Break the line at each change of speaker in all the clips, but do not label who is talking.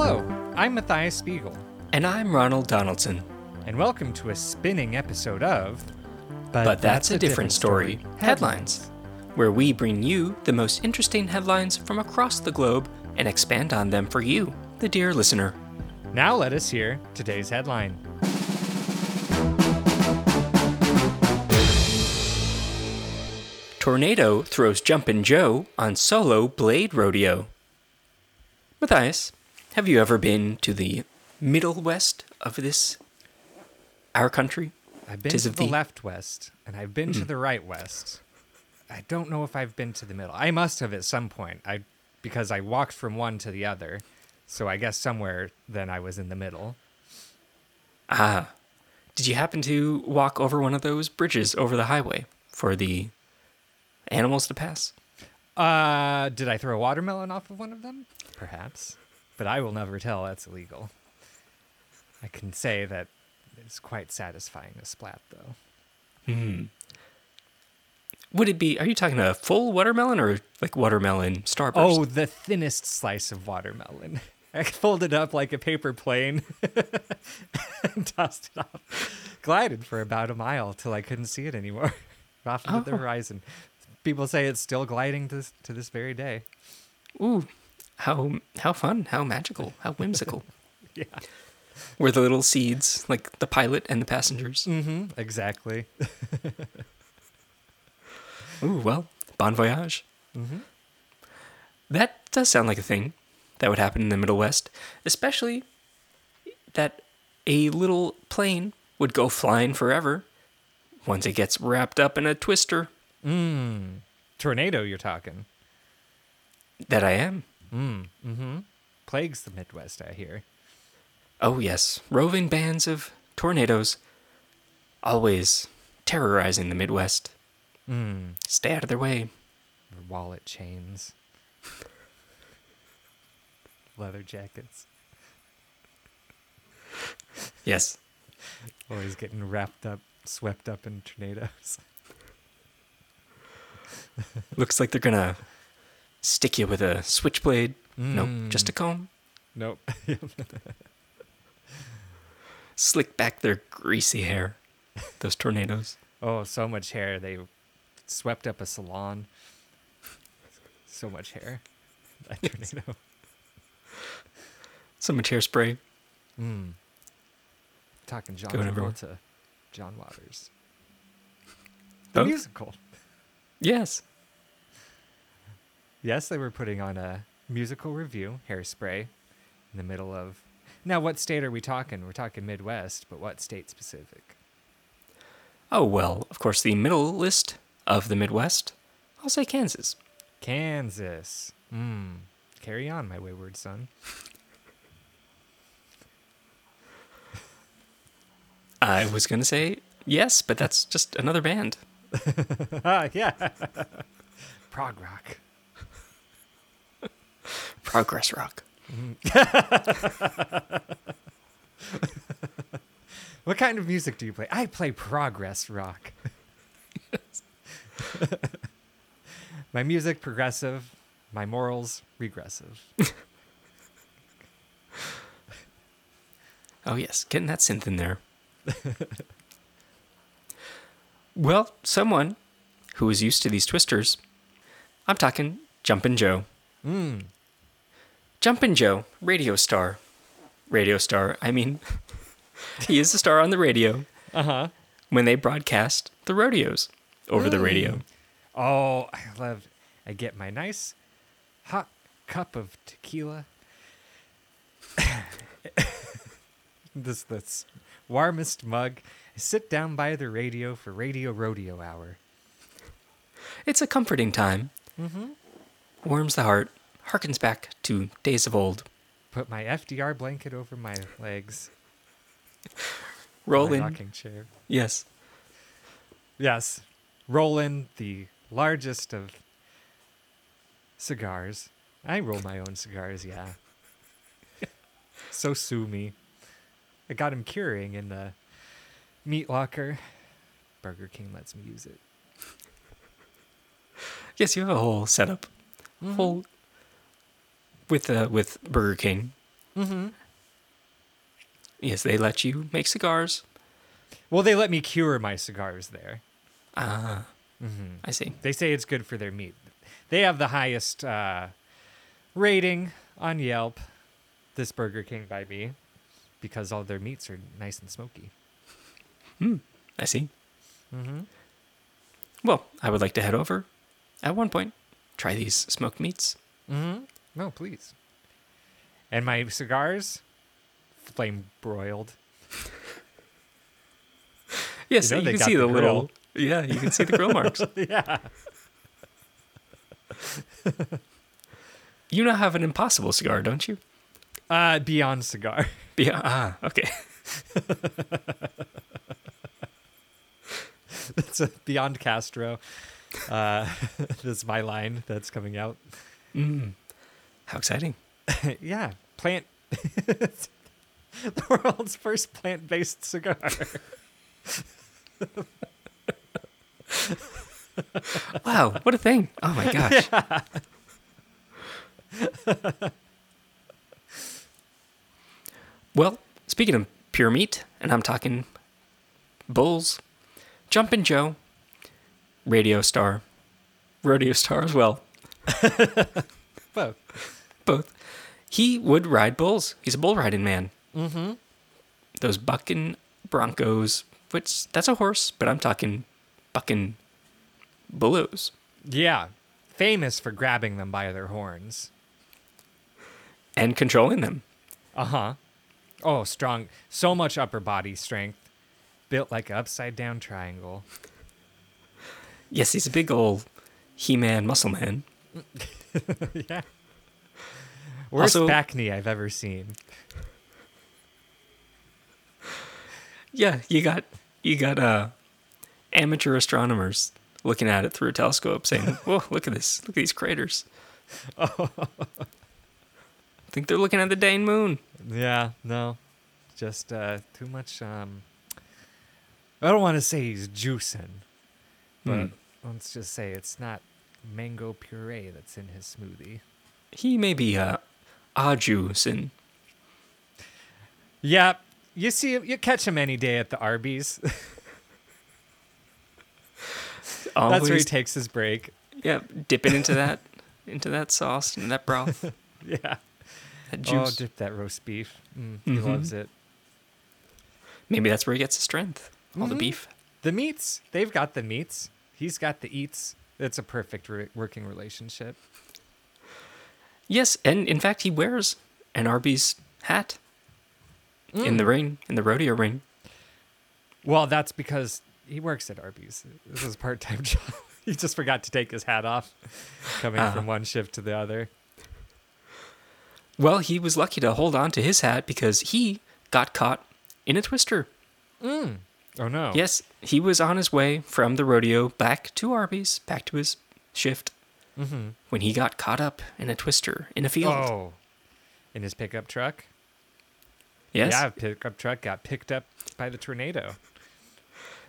I'm Matthias Spiegel,
And I'm Ronald Donaldson.
and welcome to a spinning episode of.
But that's a different story. Headlines, where we bring you the most interesting headlines from across the globe and expand on them for you, the dear listener.
Now let us hear today's headline.
Tornado throws Jumpin' Joe on solo blade rodeo. Matthias, have you ever been to the middle west of this, our country?
I've been
Tis
to
of Hmm.
the
thee.
left west, and I've been to the right west. I don't know if I've been to the middle. I must have at some point. I because I walked from one to the other, so I guess somewhere then I was in the middle.
Ah, did you happen to walk over one of those bridges over the highway for the animals to pass?
Uh, did I throw a watermelon off of one of them? Perhaps, but I will never tell. That's illegal. I can say that it's quite satisfying to splat, though.
Would it be? Are you talking a full watermelon or like watermelon starburst?
Oh, the thinnest slice of watermelon. I folded up like a paper plane and tossed it off. Glided for about a mile till I couldn't see it anymore. off into the
Oh.
horizon. People say it's still gliding to this, to this very day.
ooh, how how fun, how magical, how whimsical.
Yeah.
Were the little seeds like the pilot and the passengers?
hmm Exactly.
Ooh, well, bon voyage. That does sound like a thing that would happen in the Middle West, especially that a little plane would go flying forever once it gets wrapped up in a twister.
Tornado, you're talking.
That I am.
Plagues the Midwest, I hear.
Oh, yes, roving bands of tornadoes, always terrorizing the Midwest.
Hmm.
Stay out of their way.
Or wallet chains, leather jackets,
Yes.
always getting wrapped up, swept up in tornadoes.
Looks like they're gonna stick you with a switchblade. No, just a comb.
Nope.
Slick back their greasy hair. Those tornadoes.
oh, so much hair. They swept up a salon. So much hair. That tornado.
So much hairspray.
Hmm. Talking John
Going everywhere.
Travolta, John Waters. The
Oh.
musical.
Yes.
Yes, they were putting on a musical review, Hairspray, in the middle of. Now, what state are we talking? We're talking Midwest, but what state specific?
Oh well, of course the middle list of the Midwest. I'll say Kansas.
Kansas. Mm. Carry on, my wayward son.
I was gonna say yes, but that's just another band.
Ah, yeah. Prog rock.
Progress rock.
What kind of music do you play? I play progress rock. my music progressive, my morals regressive.
Oh, yes, getting that synth in there. well, someone who is used to these twisters, I'm talking Jumpin' Joe. Mm. Jumpin' Joe, radio star. Radio star, I mean, he is a star on the radio
Uh huh.
when they broadcast the rodeos over the radio.
Oh, I love. I get my nice hot cup of tequila. this this warmest mug. I sit down by the radio for radio rodeo hour.
It's a comforting time, warms the heart, harkens back to days of old.
Put my FDR blanket over my legs.
Roll
my
in.
rocking chair.
Yes.
Yes, roll in the largest of cigars. I roll my own cigars. Yeah. so sue me. I got him curing in the meat locker. Burger King lets me use it.
Yes, you have a whole setup,
Mm-hmm. Mm-hmm.
whole with uh, with Burger King, Yes, they let you make cigars.
Well, they let me cure my cigars there. Ah, mm-hmm.
I see.
They say it's good for their meat. They have the highest uh, rating on Yelp. This Burger King by me, because all their meats are nice and smoky.
I see. Mm-hmm. Well, I would like to head over at one point, try these smoked meats.
No, please. And my cigars, flame broiled.
Yes,
You know
you,
they
can
got
see the,
the
little. Yeah, you can see the grill marks.
yeah.
You now have an impossible cigar, don't you?
Uh, Beyond cigar.
Yeah. Ah, okay.
That's a Beyond Castro. Uh, that's my line that's coming out. Mm.
How exciting.
yeah, plant. the world's first plant-based cigar.
Wow, what a thing. Oh my gosh. well, speaking of pure meat, and I'm talking bulls, Jumpin' Joe, radio star, rodeo star as well,
Both.
both. He would ride bulls. He's a bull riding man. Mm-hmm. Those bucking broncos, which that's a horse, but I'm talking bucking bullows.
Yeah, famous for grabbing them by their horns.
and controlling them.
Uh huh. Oh, strong. So much upper body strength, built like an upside down triangle.
Yes, he's a big old He-Man muscle man.
yeah. Worst
Also-
back knee I've ever seen.
Yeah, you got you got uh amateur astronomers looking at it through a telescope saying, Whoa, look at this, look at these craters. I think they're looking at the Dane moon.
Yeah, no. Just uh, too much. Um, I don't want to say he's juicing, but let's just say it's not mango puree that's in his smoothie.
He may be uh Ajus and
Yeah, you see, him- you catch him any day at the Arby's. that's where he
always
takes his break.
yeah, dipping into that into that sauce and that broth,
Yeah.
that
Oh,
juice.
dip that roast beef. Mm, He loves it.
Maybe that's where he gets his strength. All
Mm-hmm.
the beef.
The meats, they've got the meats. He's got the eats. It's a perfect re- working relationship.
Yes, and in fact, he wears an Arby's hat in
Mm.
the ring, in the rodeo ring.
Well, that's because he works at Arby's. This is part time job. He just forgot to take his hat off coming
Ah.
from one shift to the other.
Well, he was lucky to hold on to his hat because he got caught in a twister.
Oh, no.
Yes, he was on his way from the rodeo back to Arby's, back to his shift, when he got caught up in a twister in a field.
Mm-hmm. Oh. In his pickup truck?
yes,
Yeah, pickup truck got picked up by the tornado.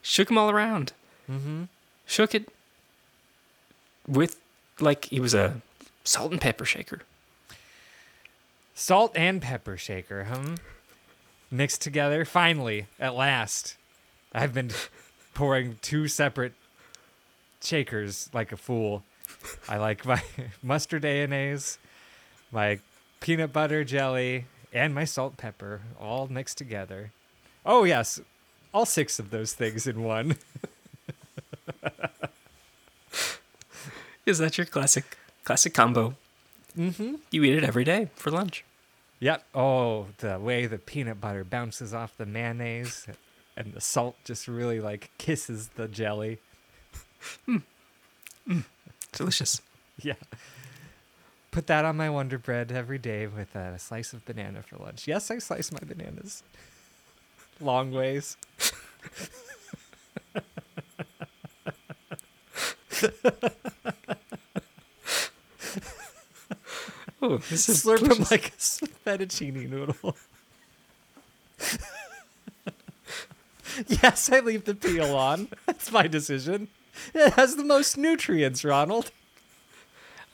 shook him all around. Mm-hmm. Shook it with, like, he was a salt and pepper shaker.
Salt and pepper shaker, huh? Mixed together. Finally, at last. I've been pouring two separate shakers like a fool. I like my mustard mayonnaise, my peanut butter jelly, and my salt pepper all mixed together. Oh, yes. All six of those things in one.
Is that your classic classic combo? Mm-hmm. You eat it every day for lunch.
Yep. Oh, the way the peanut butter bounces off the mayonnaise and the salt just really like kisses the jelly.
Delicious.
Yeah. Put that on my Wonder Bread every day with a slice of banana for lunch. Yes, I slice my bananas. Long ways.
Oh, this is
Slurp them
delicious.
like a s- fettuccine noodle. yes, I leave the peel on. That's my decision. It has the most nutrients, Ronald.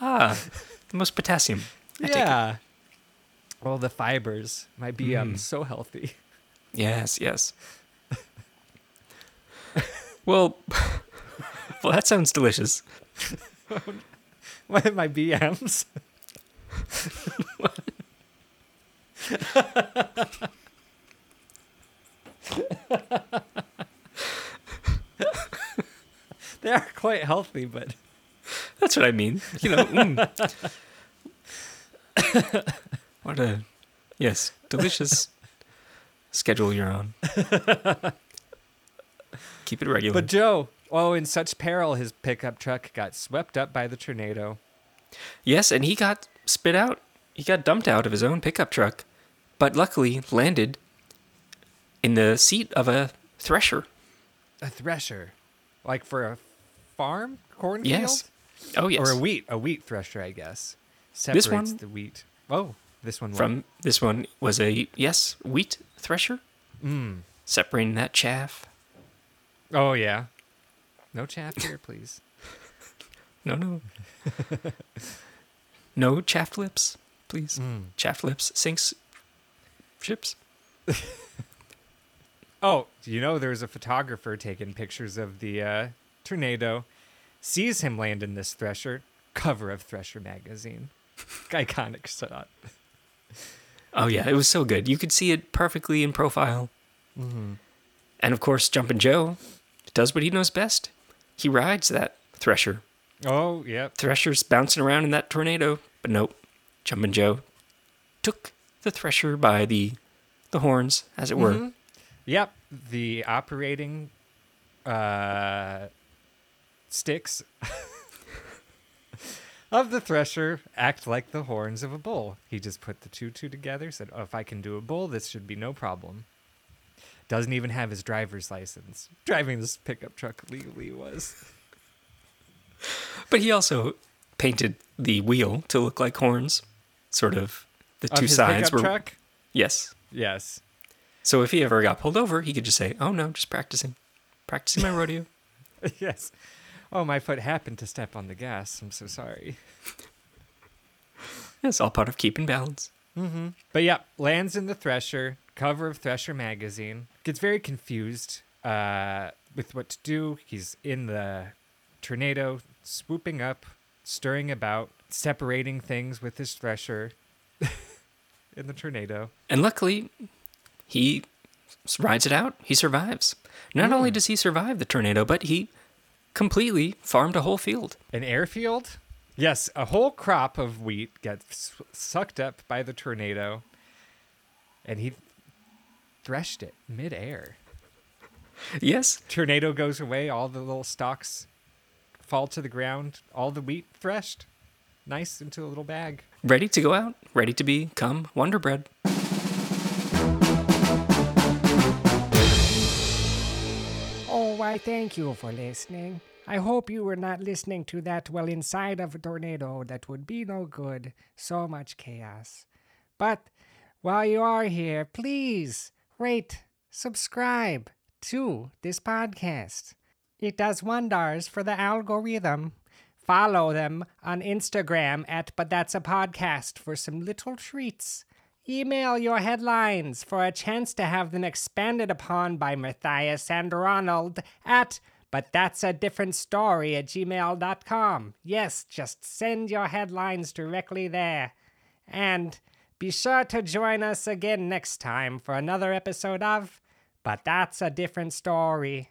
ah, the most potassium. I take it. Mm.
yeah. All the fibers. My BM's so healthy.
Yes, yes. well, well, that sounds delicious.
What my BMs? they are quite healthy, but
That's what I mean. You know. mm. what a yes, delicious schedule you're on. Keep it regular.
but Joe, oh, in such peril, his pickup truck got swept up by the tornado.
Yes, and he got spit out. He got dumped out of his own pickup truck, but luckily landed in the seat of a thresher.
A thresher, like for a farm cornfield,
Yes. Oh, yes.
or a wheat, a wheat thresher, I guess. Separates
This one-
the wheat. Oh, this one what?
From this one was a, yes, wheat thresher. Mm. Separating that chaff.
Oh yeah. No chaff here, please.
No, no. no chaff lips, please. Chaff lips sinks ships.
Oh, do you know there was a photographer taking pictures of the uh, tornado, sees him land in this Thresher cover of Thresher magazine, iconic shot.
Oh, yeah, it was so good. You could see it perfectly in profile.
Mm-hmm.
And of course, Jumpin' Joe does what he knows best. He rides that thresher.
Oh yep.
Thresher's bouncing around in that tornado, but nope. Jumpin' Joe took the thresher by the the horns, as it were.
Mm-hmm. Yep, the operating uh, sticks of the thresher act like the horns of a bull. He just put the two two together, said, oh, if I can do a bull, this should be no problem. Doesn't even have his driver's license. Driving this pickup truck legally was.
But he also painted the wheel to look like horns, sort of. The
Of
two
his
sides
pickup
were
truck?
yes.
Yes.
So if he ever got pulled over, he could just say, "Oh no, just practicing, practicing my rodeo."
yes. Oh, my foot happened to step on the gas. I'm so sorry.
It's all part of keeping balance.
But yeah, lands in the Thresher, cover of Thresher magazine. Gets very confused uh, with what to do. He's in the tornado, swooping up, stirring about, separating things with his Thresher in the tornado.
And luckily, he s- rides it out. He survives. Not only does he survive the tornado, but he completely farmed a whole field.
An airfield? Yes, a whole crop of wheat gets s- sucked up by the tornado, and he threshed it midair.
Yes,
tornado goes away, all the little stalks fall to the ground, all the wheat threshed, nice into a little bag.
ready to go out, ready to become Wonder Bread.
Oh, why, thank you for listening. I hope you were not listening to that while inside of a tornado. That would be no good. So much chaos. But while you are here, please rate, subscribe to this podcast. It does wonders for the algorithm. Follow them on Instagram at But That's a Podcast for some little treats. Email your headlines for a chance to have them expanded upon by Matthias and Ronald at But That's a Different Story at gmail.com. Yes, just send your headlines directly there. And be sure to join us again next time for another episode of But That's a Different Story.